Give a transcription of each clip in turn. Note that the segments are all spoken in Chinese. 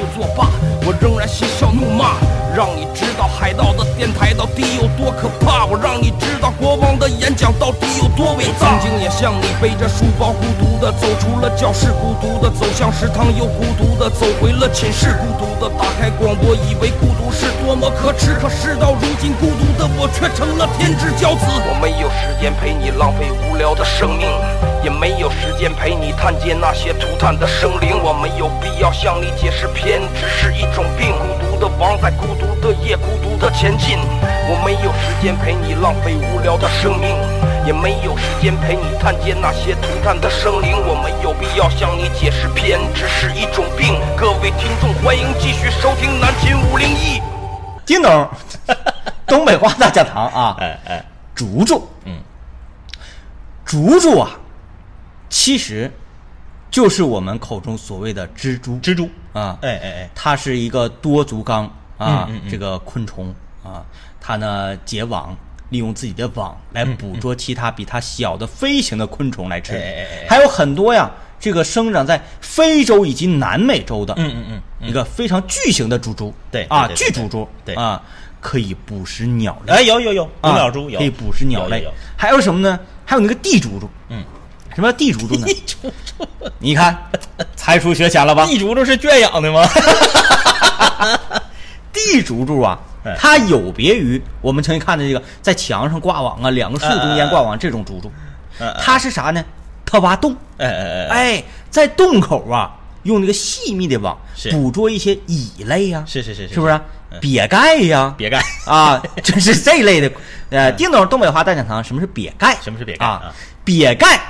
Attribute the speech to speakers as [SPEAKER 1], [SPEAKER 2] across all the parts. [SPEAKER 1] 就作罢，我仍然嬉笑怒骂，让你知道海盗的电台到底有多可怕，我让你知道国王的演讲到底有多伟大。曾经也像你背着书包孤独的走出了教室，孤独的走向食堂，又孤独的走回了寝室，孤独的打开广播，以为孤独是多么可耻，可事到如今，孤独的我却成了天之骄子。我没有时间陪你浪费无聊的生命，也没有时间陪你探街那些涂炭的生灵，我没有必要向你解释偏执是一种病。孤独的王在孤独的夜，孤独的前进。我没有时间陪你浪费无聊的生命，也没有时间陪你探街那些涂炭的生灵。我没有必要向你解释偏执是一种病。各位听众，欢迎继续收听南秦五零一。
[SPEAKER 2] 叮 咚，东北话大讲堂啊，
[SPEAKER 3] 哎哎，
[SPEAKER 2] 竹竹，嗯，竹竹啊，其实就是我们口中所谓的蜘蛛
[SPEAKER 3] 蜘蛛，
[SPEAKER 2] 啊，
[SPEAKER 3] 哎哎哎，
[SPEAKER 2] 它是一个多足纲啊，
[SPEAKER 3] 嗯嗯嗯
[SPEAKER 2] 这个昆虫啊，它呢结网，利用自己的网来捕捉其他比它小的飞行的昆虫来吃，
[SPEAKER 3] 哎哎哎哎
[SPEAKER 2] 还有很多呀，这个生长在非洲以及南美洲的，
[SPEAKER 3] 嗯嗯嗯
[SPEAKER 2] 一个非常巨型的猪猪，
[SPEAKER 3] 对
[SPEAKER 2] 啊，
[SPEAKER 3] 对对
[SPEAKER 2] 巨
[SPEAKER 3] 对
[SPEAKER 2] 猪猪，
[SPEAKER 3] 对
[SPEAKER 2] 啊，可以捕食鸟类，
[SPEAKER 3] 哎有有有，捕
[SPEAKER 2] 啊
[SPEAKER 3] 鸟蛛有，
[SPEAKER 2] 可以捕食鸟
[SPEAKER 3] 有
[SPEAKER 2] 类
[SPEAKER 3] 有有，
[SPEAKER 2] 还有什么呢？还有那个地猪猪，
[SPEAKER 3] 嗯，
[SPEAKER 2] 什么叫地猪猪 呢？你看，才疏学浅了吧？
[SPEAKER 3] 地竹竹是圈养的吗？
[SPEAKER 2] 地竹竹啊
[SPEAKER 3] 哎，
[SPEAKER 2] 它有别于我们曾经看的这个在墙上挂网啊，两个树中间挂
[SPEAKER 3] 哎
[SPEAKER 2] 网这种竹竹
[SPEAKER 3] 嗯嗯嗯，
[SPEAKER 2] 它是啥呢？它挖洞，
[SPEAKER 3] 哎哎哎，
[SPEAKER 2] 哎，在洞口啊，用那个细密的网
[SPEAKER 3] 是
[SPEAKER 2] 捕捉一些蚁类呀，
[SPEAKER 3] 是是是是
[SPEAKER 2] 是不是
[SPEAKER 3] 嗯？
[SPEAKER 2] 瘪盖呀，
[SPEAKER 3] 别干，
[SPEAKER 2] 啊，这是这类的。呃，叮咚，东北话大讲堂，什么是瘪盖？
[SPEAKER 3] 嗯什么是瘪盖
[SPEAKER 2] 啊
[SPEAKER 3] 啊？
[SPEAKER 2] 瘪盖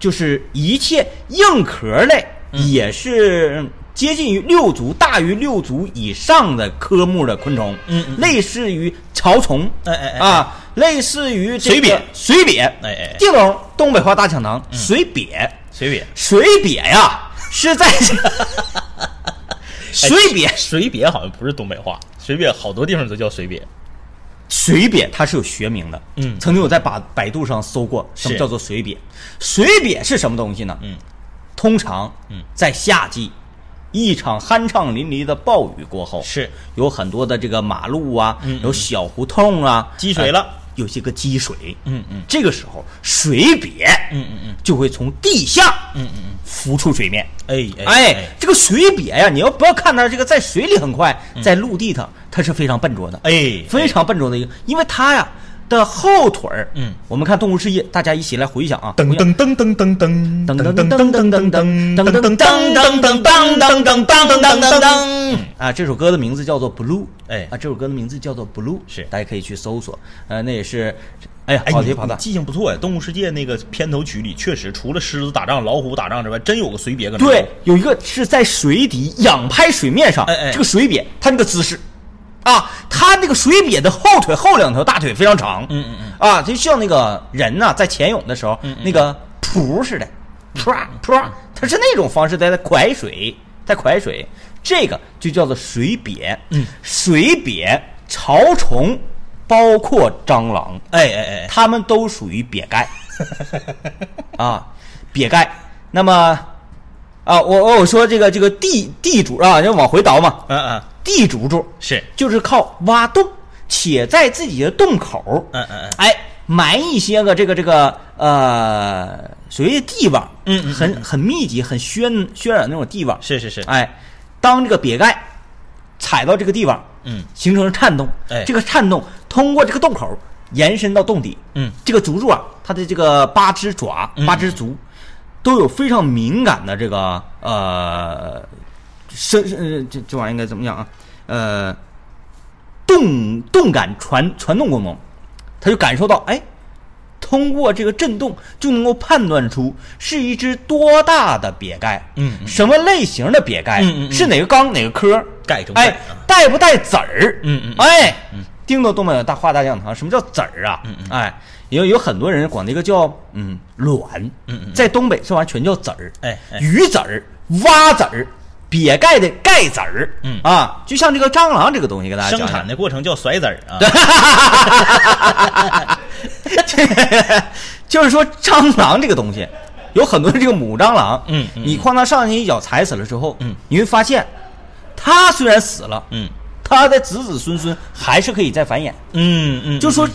[SPEAKER 2] 就是一切硬壳类，
[SPEAKER 3] 嗯
[SPEAKER 2] 也是接近于六足大于六足以上的科目的昆虫，
[SPEAKER 3] 嗯嗯嗯
[SPEAKER 2] 类似于潮虫，
[SPEAKER 3] 哎哎哎
[SPEAKER 2] 啊，类似于这
[SPEAKER 3] 水
[SPEAKER 2] 个
[SPEAKER 3] 瘪
[SPEAKER 2] 水瘪，哎
[SPEAKER 3] 哎嗯哎
[SPEAKER 2] 叮咚，东北话大讲堂，水瘪，
[SPEAKER 3] 水瘪，
[SPEAKER 2] 水瘪呀，是在 水瘪
[SPEAKER 3] 哎，水瘪好像不是东北话，水瘪好多地方都叫水瘪。
[SPEAKER 2] 水瘪它是有学名的，
[SPEAKER 3] 嗯
[SPEAKER 2] 曾经我在百百度上搜过什么
[SPEAKER 3] 是
[SPEAKER 2] 叫做水瘪，水瘪是什么东西呢？
[SPEAKER 3] 嗯，
[SPEAKER 2] 通常，
[SPEAKER 3] 嗯
[SPEAKER 2] 在夏季，一场酣畅淋漓的暴雨过后，
[SPEAKER 3] 是
[SPEAKER 2] 有很多的这个马路啊，
[SPEAKER 3] 嗯嗯
[SPEAKER 2] 有小胡同啊，
[SPEAKER 3] 积水了
[SPEAKER 2] 呃有些个积水，
[SPEAKER 3] 嗯嗯，
[SPEAKER 2] 这个时候水瘪，
[SPEAKER 3] 嗯嗯嗯，
[SPEAKER 2] 就会从地下，
[SPEAKER 3] 嗯嗯嗯，
[SPEAKER 2] 浮出水面。
[SPEAKER 3] 哎
[SPEAKER 2] 哎，这个水瘪呀，你要不要看它这个在水里很快，
[SPEAKER 3] 嗯
[SPEAKER 2] 在陆地它它是非常笨拙的，
[SPEAKER 3] 哎，
[SPEAKER 2] 非常笨拙的一个，因为它呀的后腿儿，
[SPEAKER 3] 嗯
[SPEAKER 2] 我们看《动物世界》，大家一起来回想啊，
[SPEAKER 3] 噔
[SPEAKER 2] 回想
[SPEAKER 3] 噔噔噔噔噔
[SPEAKER 2] 噔噔噔噔噔噔噔噔噔噔噔噔噔噔噔噔噔噔噔噔啊！这首歌的名字叫做《Blue》，
[SPEAKER 3] 哎
[SPEAKER 2] 啊，这首歌的名字叫做《Blue》，
[SPEAKER 3] 是
[SPEAKER 2] 大家可以去搜索，呃，那也是，哎呀，
[SPEAKER 3] 哎，
[SPEAKER 2] 跑
[SPEAKER 3] 你
[SPEAKER 2] 题跑
[SPEAKER 3] 你
[SPEAKER 2] 的，
[SPEAKER 3] 记性不错呀！《动物世界》那个片头曲里，确实除了狮子打仗、老虎打仗之外，真有个随别搁那
[SPEAKER 2] 对，有一个是在水底仰拍水面上，
[SPEAKER 3] 哎哎
[SPEAKER 2] 这个水瘪，它那个姿势。啊，它那个水瘪的后腿后两条大腿非常长，
[SPEAKER 3] 嗯嗯嗯，
[SPEAKER 2] 啊，就像那个人呐、在潜泳的时候，那个扑似的，
[SPEAKER 3] 嗯
[SPEAKER 2] 扑啊扑啊，它是那种方式在在蒯水，在蒯水，这个就叫做水瘪，嗯，水瘪潮虫，包括蟑螂，
[SPEAKER 3] 哎哎哎哎，
[SPEAKER 2] 它们都属于瘪盖，啊，瘪盖。那么，啊，我我我说这个这个地地主啊，要往回倒嘛，
[SPEAKER 3] 嗯嗯，
[SPEAKER 2] 地主主
[SPEAKER 3] 是，
[SPEAKER 2] 就是靠挖洞，且在自己的洞口，
[SPEAKER 3] 嗯嗯嗯
[SPEAKER 2] 哎，埋一些个这个这个呃，属于地网，
[SPEAKER 3] 嗯嗯嗯
[SPEAKER 2] 很很密集、很渲渲染那种地网，
[SPEAKER 3] 是是是，
[SPEAKER 2] 哎，当这个瘪盖踩到这个地方，
[SPEAKER 3] 嗯，
[SPEAKER 2] 形成颤动，
[SPEAKER 3] 哎
[SPEAKER 2] 这个颤动通过这个洞口延伸到洞底，
[SPEAKER 3] 嗯，
[SPEAKER 2] 这个竹竹啊，它的这个八只爪、
[SPEAKER 3] 嗯
[SPEAKER 2] 八只足，都有非常敏感的这个呃，声呃这这玩意儿应该怎么讲啊？呃，动动感传传动功能，它就感受到哎，通过这个震动就能够判断出是一只多大的瘪盖，
[SPEAKER 3] 嗯嗯
[SPEAKER 2] 什么类型的瘪盖，
[SPEAKER 3] 嗯嗯嗯
[SPEAKER 2] 是哪个缸哪个科，
[SPEAKER 3] 钙中钙啊
[SPEAKER 2] 哎，带不带籽儿，
[SPEAKER 3] 嗯嗯嗯
[SPEAKER 2] 哎，叮咚东北有大话大讲堂，什么叫籽儿啊？
[SPEAKER 3] 嗯
[SPEAKER 2] 哎，有有很多人管那个叫嗯卵，
[SPEAKER 3] 嗯嗯
[SPEAKER 2] 在东北这玩意儿全叫籽儿，
[SPEAKER 3] 哎哎
[SPEAKER 2] 鱼籽儿、蛙籽儿、瘪盖的盖籽儿，
[SPEAKER 3] 嗯
[SPEAKER 2] 啊，就像这个蟑螂这个东西，给大家讲
[SPEAKER 3] 生
[SPEAKER 2] 啊讲
[SPEAKER 3] 产的过程叫甩籽儿啊，
[SPEAKER 2] 就是说蟑螂这个东西，有很多这个母蟑螂，
[SPEAKER 3] 嗯嗯
[SPEAKER 2] 你哐当上去一脚踩死了之后，
[SPEAKER 3] 嗯
[SPEAKER 2] 你会发现，它虽然死了，
[SPEAKER 3] 嗯
[SPEAKER 2] 它的子子孙孙还是可以再繁衍。
[SPEAKER 3] 嗯嗯，
[SPEAKER 2] 就说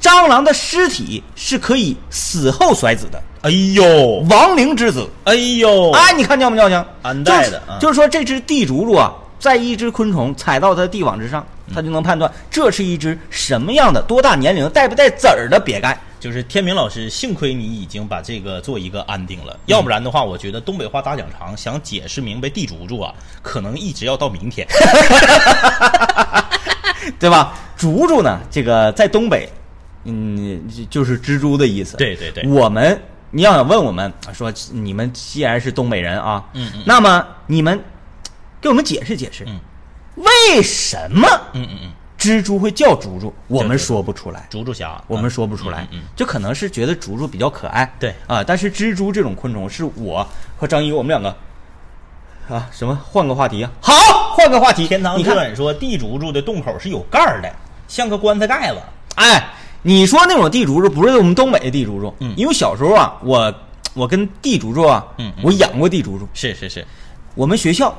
[SPEAKER 2] 蟑螂的尸体是可以死后甩子的，
[SPEAKER 3] 哎呦
[SPEAKER 2] 亡灵之子。
[SPEAKER 3] 哎呦，
[SPEAKER 2] 哎，你看尿不尿性？
[SPEAKER 3] 安代的
[SPEAKER 2] 就是
[SPEAKER 3] 啊
[SPEAKER 2] 就是说这只地竹竹啊，在一只昆虫踩到它的地网之上，它就能判断这是一只什么样的、多大年龄、带不带籽儿的瘪盖。
[SPEAKER 3] 就是天明老师，幸亏你已经把这个做一个安定
[SPEAKER 2] 嗯
[SPEAKER 3] 了，要不然的话，我觉得东北话大讲堂想解释明白地主主啊，可能一直要到明 天。
[SPEAKER 2] 对吧？竹竹呢，这个在东北，嗯，就就是蜘蛛的意思。
[SPEAKER 3] 对对对
[SPEAKER 2] 我们你要想问我们啊说，你们既然是东北人啊，
[SPEAKER 3] 嗯嗯
[SPEAKER 2] 那么你们给我们解释解释，
[SPEAKER 3] 嗯
[SPEAKER 2] 为什么
[SPEAKER 3] 嗯嗯嗯，
[SPEAKER 2] 蜘蛛会叫竹竹？我
[SPEAKER 3] 对
[SPEAKER 2] 们
[SPEAKER 3] 嗯对
[SPEAKER 2] 说不出来。
[SPEAKER 3] 竹竹侠，
[SPEAKER 2] 我们说不出来，
[SPEAKER 3] 嗯嗯嗯
[SPEAKER 2] 就可能是觉得竹竹比较可爱，
[SPEAKER 3] 对
[SPEAKER 2] 啊、但是蜘蛛这种昆虫是我和张一我们两个啊，什么换个话题啊？好，换个话题。
[SPEAKER 3] 天堂
[SPEAKER 2] 你
[SPEAKER 3] 之
[SPEAKER 2] 看
[SPEAKER 3] 吻说地主主的洞口是有盖儿的，像个棺材盖子。
[SPEAKER 2] 哎，你说那种地竹竹不是我们东北的地竹竹，
[SPEAKER 3] 嗯
[SPEAKER 2] 因为小时候啊，我我跟地竹竹啊，
[SPEAKER 3] 嗯嗯
[SPEAKER 2] 我养过地竹竹。
[SPEAKER 3] 是是是
[SPEAKER 2] 我们学校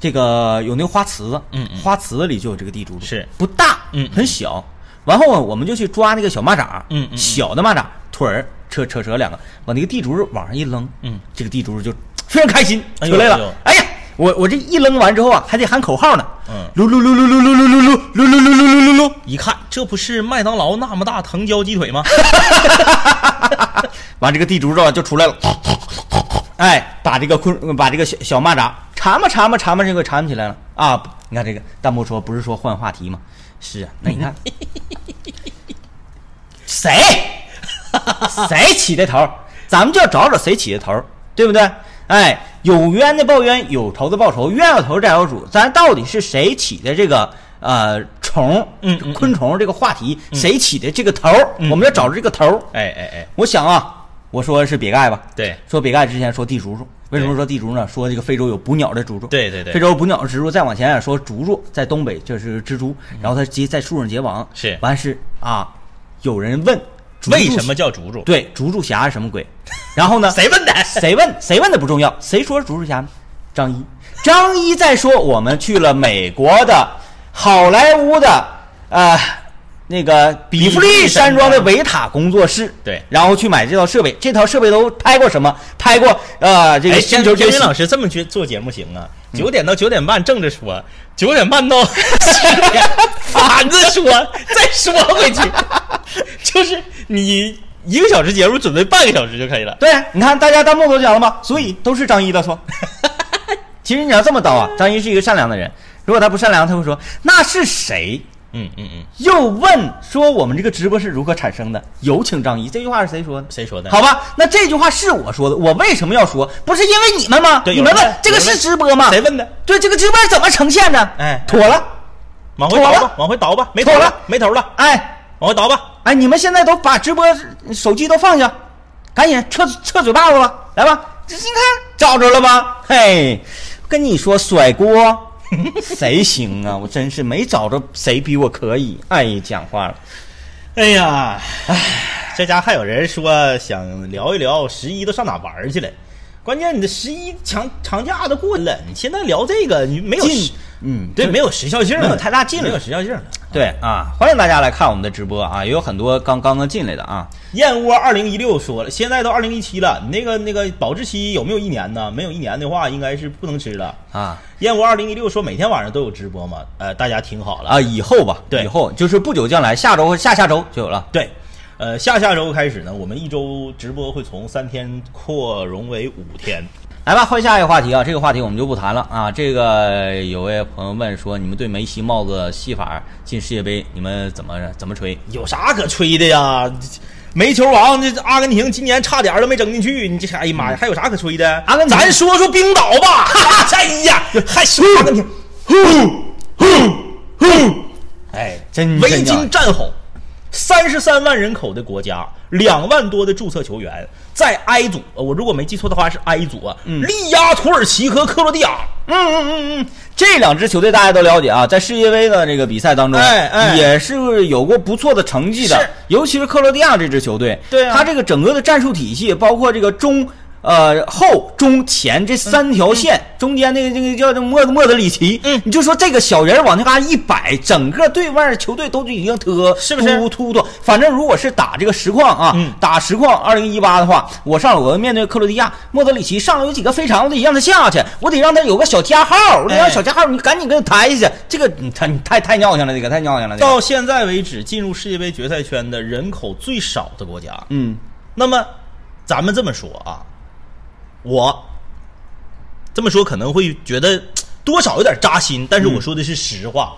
[SPEAKER 2] 这个有那个花池子，
[SPEAKER 3] 嗯嗯
[SPEAKER 2] 花池子里就有这个地竹竹，
[SPEAKER 3] 是
[SPEAKER 2] 不大，
[SPEAKER 3] 嗯嗯
[SPEAKER 2] 很小。然后啊，我们就去抓那个小蚂蚱，
[SPEAKER 3] 嗯嗯嗯
[SPEAKER 2] 小的蚂蚱腿儿扯扯扯两个，往那个地竹竹往上一扔，
[SPEAKER 3] 嗯，
[SPEAKER 2] 这个地竹竹就非常开心
[SPEAKER 3] 哎
[SPEAKER 2] 回
[SPEAKER 3] 呦
[SPEAKER 2] 来
[SPEAKER 3] 哎呦
[SPEAKER 2] 了。哎呀，我我这一扔完之后啊，还得喊口号呢，
[SPEAKER 3] 嗯
[SPEAKER 2] 噜噜噜噜噜噜噜噜噜噜噜噜噜噜。
[SPEAKER 3] 一看，这不是麦当劳那么大藤椒鸡腿吗？
[SPEAKER 2] 完这个地主知道吧就出来了，哎，把这个昆把这个小小蚂蚱缠吧缠吧缠吧，这个缠起来了啊！你看这个弹幕说不是说换话题吗？是啊，那你 看谁谁起的头儿？咱们就要找找谁起的头儿，对不对？哎，有冤的报冤，有仇的报仇，冤有头债有主，咱到底是谁起的这个呃虫？
[SPEAKER 3] 嗯嗯嗯
[SPEAKER 2] 昆虫这个话题，谁起的这个头儿？我们要找着这个头儿。
[SPEAKER 3] 哎哎哎，
[SPEAKER 2] 我想啊，我说是瘪盖吧？
[SPEAKER 3] 对
[SPEAKER 2] 说瘪盖之前说地竹竹，为什么说地竹呢？说这个非洲有捕鸟的竹竹，
[SPEAKER 3] 对对对
[SPEAKER 2] 非洲有捕鸟的竹竹，再往前啊说竹竹在东北就是蜘蛛，然后它结在树上结网，
[SPEAKER 3] 嗯是
[SPEAKER 2] 完是啊，有人问 竹竹
[SPEAKER 3] 为什么叫竹竹？，
[SPEAKER 2] 对竹竹侠是什么鬼？然后呢？
[SPEAKER 3] 谁问的？
[SPEAKER 2] 谁问谁问的不重要，谁说竹竹侠呢？张一，张一在说我们去了美国的好莱坞的呃那个比弗利山庄的维塔工作室，
[SPEAKER 3] 对
[SPEAKER 2] 然后去买这套设备，这套设备都拍过什么？拍过呃这个
[SPEAKER 3] 哎，
[SPEAKER 2] 星
[SPEAKER 3] 天
[SPEAKER 2] 球
[SPEAKER 3] 天
[SPEAKER 2] 崛
[SPEAKER 3] 明
[SPEAKER 2] 起。
[SPEAKER 3] 老师这么去做节目行啊？九点到九点半正着说，九点半到10点反着说，再说回去，就是你一个小时节目准备半个小时就可以了。
[SPEAKER 2] 对，啊你看大家弹幕都讲了吗？所以都是张一的错。 其实你要这么叨啊，张一是一个善良的人，如果他不善良，他会说那是谁
[SPEAKER 3] 嗯嗯嗯，
[SPEAKER 2] 又问说我们这个直播是如何产生的？有请张一，这句话是谁说的？
[SPEAKER 3] 谁说的？
[SPEAKER 2] 好吧，那这句话是我说的，我为什么要说？不是因为你们吗？
[SPEAKER 3] 对
[SPEAKER 2] 你们
[SPEAKER 3] 有人
[SPEAKER 2] 问
[SPEAKER 3] 问
[SPEAKER 2] 这个
[SPEAKER 3] 有人
[SPEAKER 2] 是直
[SPEAKER 3] 问
[SPEAKER 2] 播吗？
[SPEAKER 3] 谁问的？
[SPEAKER 2] 对，这个直播怎么呈现的？
[SPEAKER 3] 哎
[SPEAKER 2] 妥了，
[SPEAKER 3] 往回倒吧，往回倒吧，没头
[SPEAKER 2] 妥
[SPEAKER 3] 了
[SPEAKER 2] 了，
[SPEAKER 3] 没头了，
[SPEAKER 2] 哎
[SPEAKER 3] 往回倒吧。
[SPEAKER 2] 哎，你们现在都把直播手机都放下，赶紧撤撤嘴巴子吧，来吧，这你看找着了吧？嘿，跟你说甩锅。谁行啊？我真是没找着谁比我可以。哎，讲话了，
[SPEAKER 3] 哎呀，唉，这家还有人说想聊一聊十一都上哪玩儿去了。关键你的十一长长假都过了，你现在聊这个，你没有
[SPEAKER 2] 进
[SPEAKER 3] 时
[SPEAKER 2] 嗯
[SPEAKER 3] 对，
[SPEAKER 2] 就
[SPEAKER 3] 没有时效性了，
[SPEAKER 2] 没有太大劲了
[SPEAKER 3] 没有时效性了。
[SPEAKER 2] 对啊，欢迎大家来看我们的直播啊，也有很多刚刚刚进来的啊。
[SPEAKER 3] 燕窝二零一六说了，现在都二零一七了，你那个那个保质期有没有一年呢？没有一年的话，应该是不能吃了。
[SPEAKER 2] 啊
[SPEAKER 3] 燕窝二零一六说每天晚上都有直播嘛，呃，大家听好了。
[SPEAKER 2] 啊，以后吧，
[SPEAKER 3] 对
[SPEAKER 2] 以后就是不久将来，下周和下下周就有了。
[SPEAKER 3] 对，呃，下下周开始呢，我们一周直播会从三天扩容为五天。
[SPEAKER 2] 来吧，换下一个话题啊，这个话题我们就不谈了啊。这个有位朋友问说，你们对梅西帽子戏法进世界杯，你们怎么怎么吹？
[SPEAKER 3] 有啥可吹的呀？煤球王这阿根廷今年差点儿都没整进去，你这哎呀妈呀，还有啥可吹的？
[SPEAKER 2] 嗯阿根廷
[SPEAKER 3] 咱说说冰岛 吧，哎呀，还说阿根廷，
[SPEAKER 2] 哎，真
[SPEAKER 3] 维
[SPEAKER 2] 真叫
[SPEAKER 3] 京战吼，三十三万人口的国家，两万多的注册球员，在埃组，呃我如果没记错的话是埃组啊，力压土耳其和克罗地亚。
[SPEAKER 2] 嗯嗯嗯嗯，这两支球队大家都了解啊，在世界杯的这个比赛当中，
[SPEAKER 3] 哎哎
[SPEAKER 2] 也是有过不错的成绩的
[SPEAKER 3] 是，
[SPEAKER 2] 尤其是克罗地亚这支球队，
[SPEAKER 3] 对啊
[SPEAKER 2] 他这个整个的战术体系，包括这个中。呃，后中前这三条线、中间那个那个叫莫莫德里奇，
[SPEAKER 3] 嗯
[SPEAKER 2] 你就说这个小人往那嘎一摆，整个对外球队都已经特
[SPEAKER 3] 是不是
[SPEAKER 2] 突突突，反正如果是打这个实况啊，
[SPEAKER 3] 嗯
[SPEAKER 2] 打实况二零一八的话，我上来我面对克罗地亚，莫德里奇上来有几个非常，我得让他下去，我得让他有个小加号，我得让
[SPEAKER 3] 哎
[SPEAKER 2] 小加号，你赶紧给我抬下去。这个你太你太太尿性了，这个太尿性了。这个
[SPEAKER 3] 到现在为止，进入世界杯决赛圈的人口最少的国家。
[SPEAKER 2] 嗯，
[SPEAKER 3] 那么，咱们这么说啊，我这么说可能会觉得多少有点扎心，但是我说的是实话，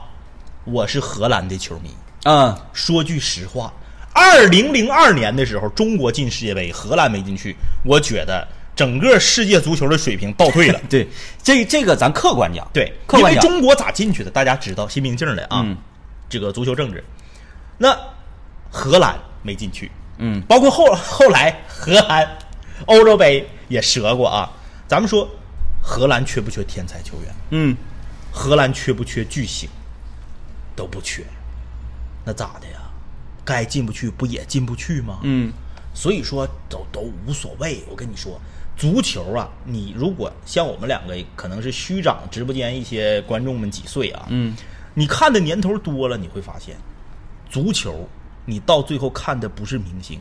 [SPEAKER 3] 我是荷兰的球迷。
[SPEAKER 2] 嗯，。
[SPEAKER 3] 说句实话，二零零二年的时候，中国进世界杯，荷兰没进去，我觉得整个世界足球的水平倒退了
[SPEAKER 2] 对，这这个咱客观讲，
[SPEAKER 3] 对，
[SPEAKER 2] 客
[SPEAKER 3] 因
[SPEAKER 2] 观讲，
[SPEAKER 3] 为中国咋进去的，大家知道，心平静儿的啊，
[SPEAKER 2] 嗯
[SPEAKER 3] 这个足球政治。那荷兰没进去，
[SPEAKER 2] 嗯
[SPEAKER 3] 包括后后来荷兰欧洲杯也折过啊。咱们说，荷兰缺不缺天才球员？
[SPEAKER 2] 嗯，
[SPEAKER 3] 荷兰缺不缺巨星？都不缺，那咋的呀？该进不去不也进不去吗？
[SPEAKER 2] 嗯，
[SPEAKER 3] 所以说都都无所谓。我跟你说，足球啊，你如果像我们两个可能是虚长直播间一些观众们几岁啊，嗯，你看的年头多了，你会发现，足球你到最后看的不是明星，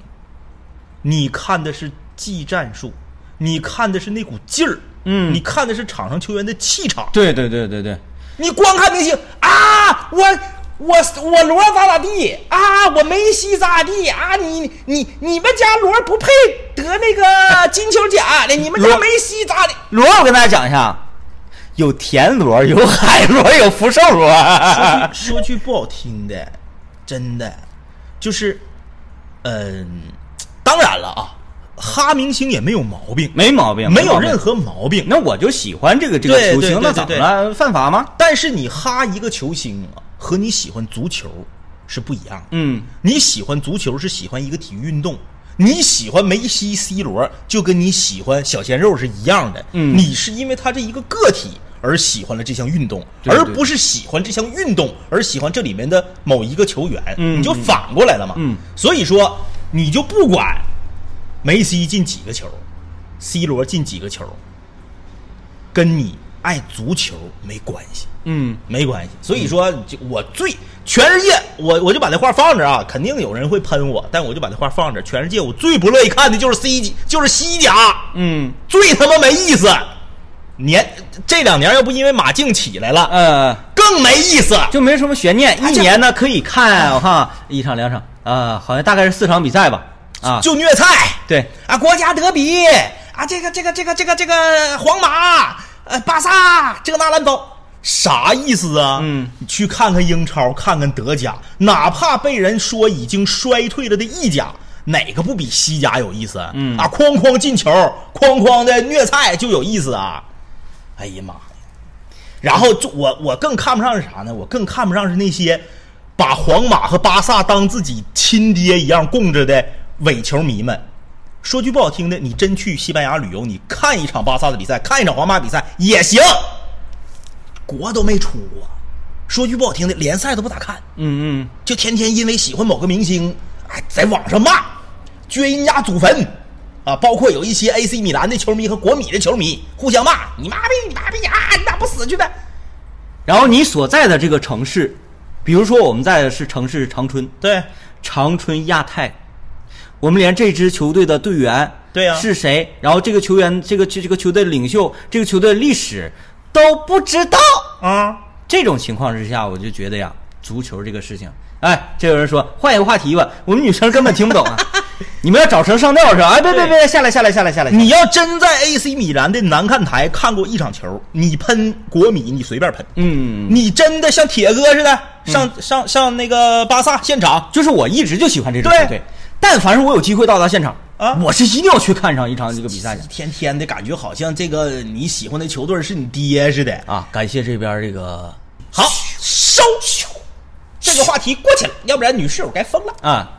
[SPEAKER 3] 你看的是技战术，你看的是那股劲儿，
[SPEAKER 2] 嗯
[SPEAKER 3] 你看的是场上球员的气场。
[SPEAKER 2] 对对对对对，
[SPEAKER 3] 你光看明星啊，我我我罗咋咋地啊，我梅西咋咋地啊，你你你们家罗不配得那个金球奖的，你们
[SPEAKER 2] 罗
[SPEAKER 3] 家梅西咋的？
[SPEAKER 2] 罗，我跟大家讲一下，有田螺，有海螺，有福寿螺。
[SPEAKER 3] 说句说句不好听的，真的就是，嗯，当然了啊，哈明星也没有毛病，
[SPEAKER 2] 没毛病，
[SPEAKER 3] 没有
[SPEAKER 2] 毛病
[SPEAKER 3] 任何毛病。
[SPEAKER 2] 那我就喜欢这个这个
[SPEAKER 3] 对
[SPEAKER 2] 球
[SPEAKER 3] 对
[SPEAKER 2] 星，
[SPEAKER 3] 对
[SPEAKER 2] 那
[SPEAKER 3] 对
[SPEAKER 2] 怎么
[SPEAKER 3] 对
[SPEAKER 2] 了？犯法吗？
[SPEAKER 3] 但是你哈一个球星啊，和你喜欢足球是不一样的。
[SPEAKER 2] 嗯，
[SPEAKER 3] 你喜欢足球是喜欢一个体育运动，你喜欢梅西、C 罗，就跟你喜欢小鲜肉是一样的。
[SPEAKER 2] 嗯
[SPEAKER 3] 你是因为他这一个个体而喜欢了这项运动，
[SPEAKER 2] 对对
[SPEAKER 3] 而不是喜欢这项运动而喜欢这里面的某一个球员。
[SPEAKER 2] 嗯
[SPEAKER 3] 你就反过来了嘛。
[SPEAKER 2] 嗯
[SPEAKER 3] 所以说你就不管梅西进几个球，C 罗进几个球，跟你爱足球没关系。
[SPEAKER 2] 嗯，
[SPEAKER 3] 没关系。所以说，就我最全世界，我我就把那话放这儿啊，肯定有人会喷我，但我就把那话放这儿。全世界我最不乐意看的就是 C 级，就是西甲，
[SPEAKER 2] 嗯，
[SPEAKER 3] 最他妈没意思。年这两年要不因为马竞起来了，
[SPEAKER 2] 呃，
[SPEAKER 3] 更没意思。
[SPEAKER 2] 就没什么悬念。
[SPEAKER 3] 哎
[SPEAKER 2] 一
[SPEAKER 3] 这
[SPEAKER 2] 年呢可以看，我看啊一场两场啊，好像大概是四场比赛吧。啊，
[SPEAKER 3] 就虐菜，
[SPEAKER 2] 对
[SPEAKER 3] 啊，国家德比啊，这个这个这个这个这个皇马，呃，巴萨，这个那兰包。啥意思啊？
[SPEAKER 2] 嗯，
[SPEAKER 3] 你去看看英超，看看德甲，哪怕被人说已经衰退了的意甲，哪个不比西甲有意思？嗯啊，哐哐进球，哐哐的虐菜就有意思啊！哎呀妈呀！然后就我我更看不上是啥呢？我更看不上是那些把皇马和巴萨当自己亲爹一样供着的伪球迷们。说句不好听的，你真去西班牙旅游，你看一场巴萨的比赛，看一场皇马比赛也行。国都没出过，说句不好听的，联赛都不咋看，
[SPEAKER 2] 嗯嗯，
[SPEAKER 3] 就天天因为喜欢某个明星，哎，在网上骂，掘人家祖坟，啊，包括有一些 AC 米兰的球迷和国米的球迷互相骂，你妈逼，你妈逼啊，你咋不死去呗？
[SPEAKER 2] 然后你所在的这个城市，比如说我们在的是城市长春，
[SPEAKER 3] 对，
[SPEAKER 2] 长春亚泰，我们连这支球队的队员
[SPEAKER 3] 对啊呀
[SPEAKER 2] 是谁，然后这个球员这个这这个球队领袖，这个球队的历史都不知道。
[SPEAKER 3] 啊，
[SPEAKER 2] 这种情况之下，我就觉得呀，足球这个事情，哎，这有人说换一个话题吧，我们女生根本听不 懂啊。你们要找成上吊是吧？哎，别别别，下来下来下来下来。
[SPEAKER 3] 你要真在 AC 米兰的南看台看过一场球，你喷国米，你随便喷。
[SPEAKER 2] 嗯，
[SPEAKER 3] 你真的像铁哥似的，上、上上那个巴萨现场，
[SPEAKER 2] 就是我一直就喜欢这种
[SPEAKER 3] 对
[SPEAKER 2] 球队，但凡是我有机会到达现场
[SPEAKER 3] 啊
[SPEAKER 2] 我是一定要去看上一场这个比赛的
[SPEAKER 3] 天天的感觉好像这个你喜欢的球队是你爹似的。
[SPEAKER 2] 啊！感谢这边这个
[SPEAKER 3] 好，收，这个话题过去了，要不然女室友该疯了。
[SPEAKER 2] 啊，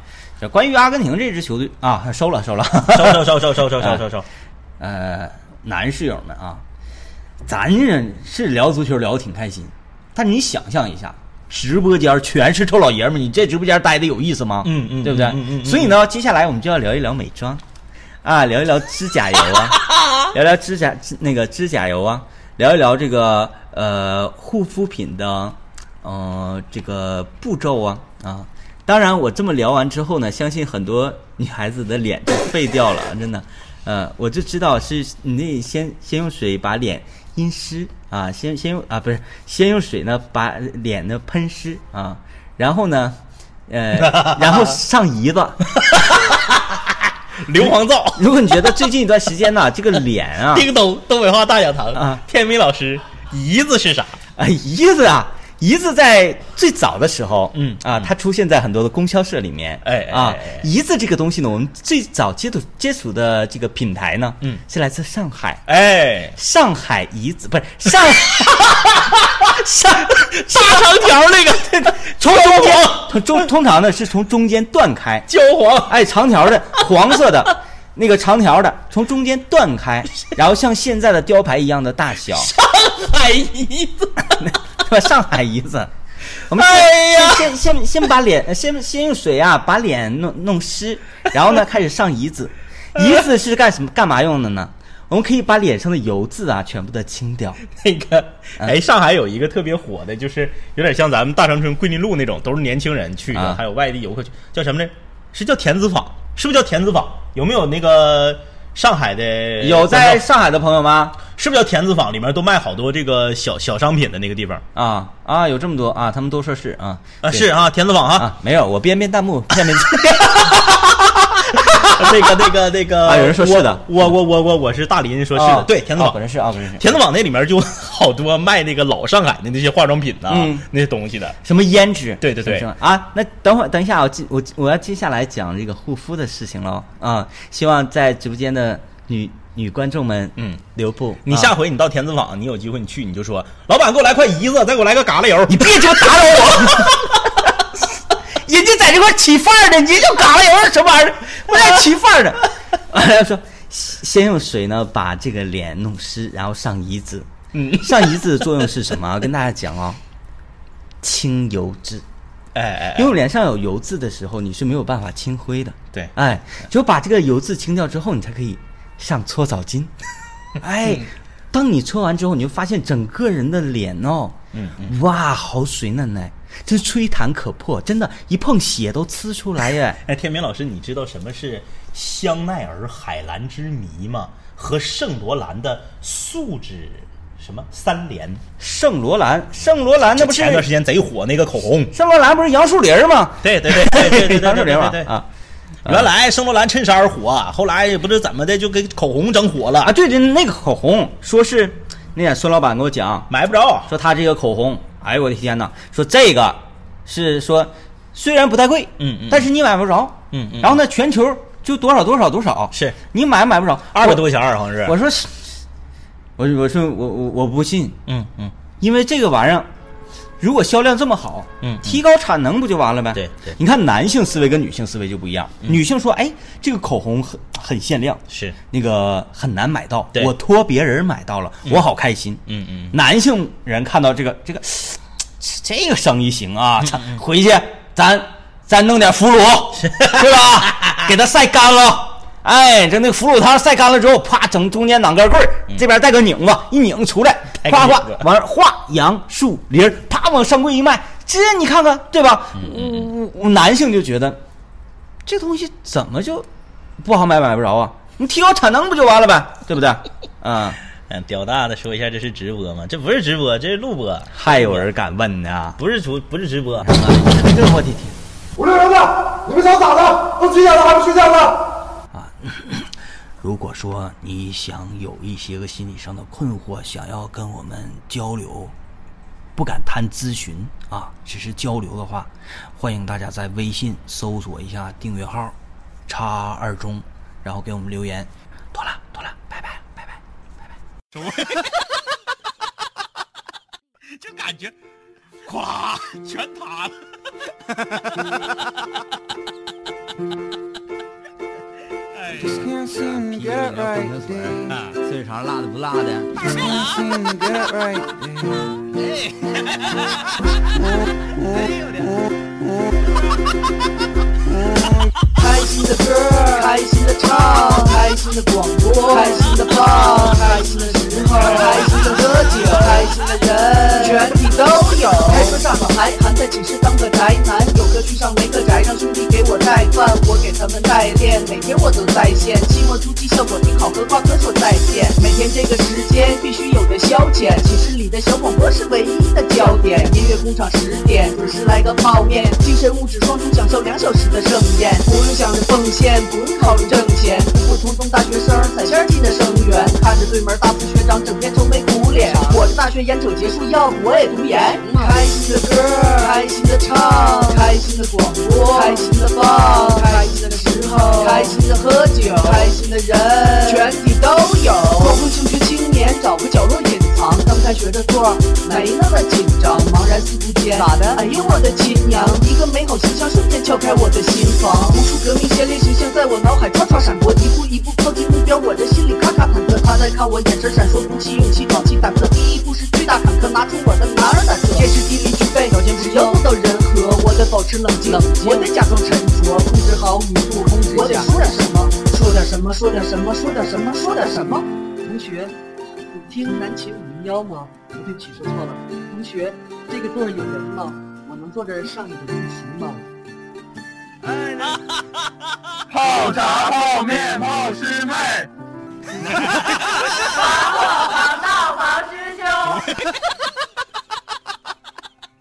[SPEAKER 2] 这关于阿根廷这支球队啊，收了收了，
[SPEAKER 3] 收收收收收收收收收，
[SPEAKER 2] 呃，男室友们啊，咱这是聊足球聊得挺开心，但你想象一下，直播间全是臭老爷们儿，你这直播间待的有意思吗？
[SPEAKER 3] 嗯嗯
[SPEAKER 2] 对不对？
[SPEAKER 3] 嗯嗯嗯嗯
[SPEAKER 2] 所以呢，接下来我们就要聊一聊美妆，啊，聊一聊指甲油啊，聊聊指甲指那个指甲油啊，聊一聊这个呃护肤品的呃这个步骤啊啊。当然，我这么聊完之后呢，相信很多女孩子的脸就废掉了， 真的。呃，我就知道是你得先先用水把脸阴湿啊，先先用啊不是，先用水呢把脸呢喷湿啊，然后呢，呃，然后上胰子。
[SPEAKER 3] 硫磺皂。
[SPEAKER 2] 如果你觉得最近一段时间呢，这个脸啊，
[SPEAKER 3] 叮咚，东北话大讲堂
[SPEAKER 2] 啊
[SPEAKER 3] 天明老师，姨子是啥？
[SPEAKER 2] 啊胰子啊，胰子在最早的时候，
[SPEAKER 3] 嗯
[SPEAKER 2] 啊，它出现在很多的供销社里面，
[SPEAKER 3] 哎哎
[SPEAKER 2] 啊
[SPEAKER 3] 哎哎，
[SPEAKER 2] 胰子这个东西呢，我们最早接触接触的这个品牌呢，
[SPEAKER 3] 嗯
[SPEAKER 2] 是来自上海。
[SPEAKER 3] 哎，
[SPEAKER 2] 上海胰子不是上 上
[SPEAKER 3] 大长条那 个
[SPEAKER 2] 从中间
[SPEAKER 3] 黄
[SPEAKER 2] 从中通常呢是从中间断开，
[SPEAKER 3] 焦黄，
[SPEAKER 2] 哎，长条的黄色的，那个长条的从中间断开，然后像现在的雕牌一样的大 小，
[SPEAKER 3] 海哎姨子，
[SPEAKER 2] 对吧？上海姨子，我们
[SPEAKER 3] 哎呀
[SPEAKER 2] 先先先先把脸，呃先先用水啊把脸弄弄湿，然 后呢开始上姨子，姨子是干什么干嘛用的呢？我们可以把脸上的油渍啊全部的清掉。
[SPEAKER 3] 那个哎，上海有一个特别火的，就是有点像咱们大长春桂林路那种，都是年轻人去的，
[SPEAKER 2] 啊
[SPEAKER 3] 还有外地游客去，叫什么呢？是叫田子坊，是不是叫田子坊？有没有那个上海的
[SPEAKER 2] 有在
[SPEAKER 3] 广告
[SPEAKER 2] 上海的朋友吗？
[SPEAKER 3] 是不是叫田子坊？里面都卖好多这个小小商品的那个地方
[SPEAKER 2] 啊啊，有这么多啊，他们都说是啊
[SPEAKER 3] 啊？
[SPEAKER 2] 对
[SPEAKER 3] 是啊，田子坊啊，
[SPEAKER 2] 啊，没有，我编编弹幕， 下面
[SPEAKER 3] 那个那个那个
[SPEAKER 2] 啊有人说是的
[SPEAKER 3] 我我我我我是大林说是的，
[SPEAKER 2] 啊
[SPEAKER 3] 对，田子
[SPEAKER 2] 啊
[SPEAKER 3] 坊
[SPEAKER 2] 本。身是啊，本身是
[SPEAKER 3] 田子坊那里面就好多卖那个老上海的那些化妆品呐、
[SPEAKER 2] 嗯
[SPEAKER 3] 那些东西的。
[SPEAKER 2] 什么胭脂？
[SPEAKER 3] 对对对
[SPEAKER 2] 什么什么啊！那等会儿等一下，我接我我要接下来讲这个护肤的事情喽啊！希望在直播间的女女观众们，
[SPEAKER 3] 嗯，
[SPEAKER 2] 留步。
[SPEAKER 3] 你
[SPEAKER 2] 啊
[SPEAKER 3] 下回你到田子坊，你有机会你去你就说，老板给我来块胰子，再给我来个嘎啦油。
[SPEAKER 2] 你别他妈打扰我， 人家在这块起范儿呢，你就嘎啦油什么玩意儿，我在起范 儿呢。完了说，先用水呢把这个脸弄湿，然后上胰子。
[SPEAKER 3] 嗯
[SPEAKER 2] 上胰子的作用是什么？跟大家讲哦，清油脂。
[SPEAKER 3] 哎哎
[SPEAKER 2] 因
[SPEAKER 3] 哎，
[SPEAKER 2] 为脸上有油渍的时候，你是没有办法清灰的。
[SPEAKER 3] 对
[SPEAKER 2] 哎，只有把这个油渍清掉之后，你才可以上搓澡巾。哎，当你搓完之后，你就发现整个人的脸哦，嗯，哇，好水嫩哎，真吹弹可破，真的，一碰血都呲出来耶。
[SPEAKER 3] 哎，天明老师，你知道什么是香奈儿海蓝之谜吗？和圣罗兰的素质什么三连？
[SPEAKER 2] 圣罗兰，圣罗兰那不是
[SPEAKER 3] 前段时间贼火那个口红？
[SPEAKER 2] 圣罗兰不是杨树林吗？
[SPEAKER 3] 对对对对对对对
[SPEAKER 2] 杨树
[SPEAKER 3] 对
[SPEAKER 2] 林嘛
[SPEAKER 3] 对对。
[SPEAKER 2] 啊
[SPEAKER 3] 原来圣罗兰衬衫火，啊后来不知怎么的就给口红整火
[SPEAKER 2] 啊，
[SPEAKER 3] 了，
[SPEAKER 2] 对对，那个口红说是那天孙老板跟我讲，
[SPEAKER 3] 买不着。
[SPEAKER 2] 说他这个口红，哎呦我的天呐，说这个是说虽然不太贵，
[SPEAKER 3] 嗯嗯
[SPEAKER 2] 但是你买不着，
[SPEAKER 3] 嗯嗯
[SPEAKER 2] 然后呢，全球就多少多少多少，
[SPEAKER 3] 是
[SPEAKER 2] 你买买不着，
[SPEAKER 3] 二百
[SPEAKER 2] 我
[SPEAKER 3] 多。块钱儿好像是。
[SPEAKER 2] 我说，我我说我我我不信，
[SPEAKER 3] 嗯嗯，
[SPEAKER 2] 因为这个玩意儿如果销量这么好，
[SPEAKER 3] 嗯嗯
[SPEAKER 2] 提高产能不就完了呗？
[SPEAKER 3] 对对嗯
[SPEAKER 2] 你看男性思维跟女性思维就不一样，女性说，哎，这个口红很很限量，
[SPEAKER 3] 是，
[SPEAKER 2] 那个很难买到，
[SPEAKER 3] 对
[SPEAKER 2] 我托别人买到了，我好开心。
[SPEAKER 3] 嗯嗯
[SPEAKER 2] 男性人看到这个这个这个生意行啊，咱回去咱咱弄点腐乳，对吧？给它晒干 了。哎，这那个腐乳汤晒干了之后，啪，整中间挡根棍儿，这边带个拧子，一嗯拧出来，
[SPEAKER 3] 带个
[SPEAKER 2] 哗哗
[SPEAKER 3] 拧子，
[SPEAKER 2] 往上画杨树林儿，啪往上柜一卖，这你看看，对吧？我我男性就觉得这东西怎么就不好买买不着啊？你提高产能不就完了呗，对不对？嗯。
[SPEAKER 3] 嗯，屌大的说一下，这是直播吗？这不是直播，这是录播，
[SPEAKER 2] 还有人敢问 呢？
[SPEAKER 3] 不是直不是直播。
[SPEAKER 2] 哎呦我的天
[SPEAKER 4] 五六人的，你们想咋的？都几点了还不睡觉呢？
[SPEAKER 2] 啊！如果说你想有一些个心理上的困惑，想要跟我们交流，不敢谈咨询啊，只是交流的话，欢迎大家在微信搜索一下订阅号
[SPEAKER 3] 叉二中，然后给我们留言。妥了，妥了，拜拜，拜拜。
[SPEAKER 5] 就感觉，咵，全塌了。哎，
[SPEAKER 6] Can't seem to get right there.
[SPEAKER 5] 啊，
[SPEAKER 7] 岁数长辣的不辣的，
[SPEAKER 6] Can't seem to get right there.
[SPEAKER 8] 开心的歌儿，开心的唱，开心的广播，开心的放，开心的时候，开心的喝酒，开心的人，全体都有。该说唱老还还在寝室当个宅男，有个去上没个宅，让兄弟给我带饭，我给他们带练，每天我都在线。期末突击效果挺好，和瓜哥说再见。每天这个时间必须有的消遣，寝室里的小广播是唯一的焦点。音乐工厂十点准时来个泡面，精神物质双重享受两小时的盛宴，不用想着奉献，不用考虑挣钱，普普通通大学生彩线进的生源，看着对门大四学长整天愁眉苦脸，我的大学眼瞅结束，要不我也读研。开心的歌，开心的唱，开心的广播，开心的放，开心的时候，开心的喝酒，开心的人，全体都有。光辉中学青年，找个角落隐藏，刚才学着做，没那么紧张，茫然四顾间，咋的？哎呦我的亲娘！一个美好形象瞬间敲开我的心房，无数革命先烈形象在我脑海唰唰闪过，一步一步靠近目标，我的心里咔咔忐忑，他在看我眼神闪烁，鼓起勇气，壮起胆子，第一步是巨大坎坷，拿出我的男儿胆色，天时地利具备，条件只要做到人和，我得保持冷静，我得假装沉着，控制好语速，控制我得说点什么，说点什么，说点什么，说点什么，说点什么。同学，你听南琴五零幺吗？不对不起，说错了。同学，这个座儿有人吗？我能坐这儿上一个星期吗？
[SPEAKER 4] 泡茶、泡面、泡师妹，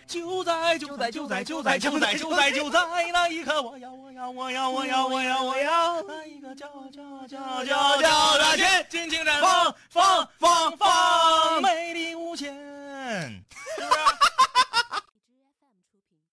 [SPEAKER 5] 就在就在就在就在就在就在就在那一刻，我要我要我要我要我要我要那一个叫叫叫叫叫的心，尽情绽放，放放放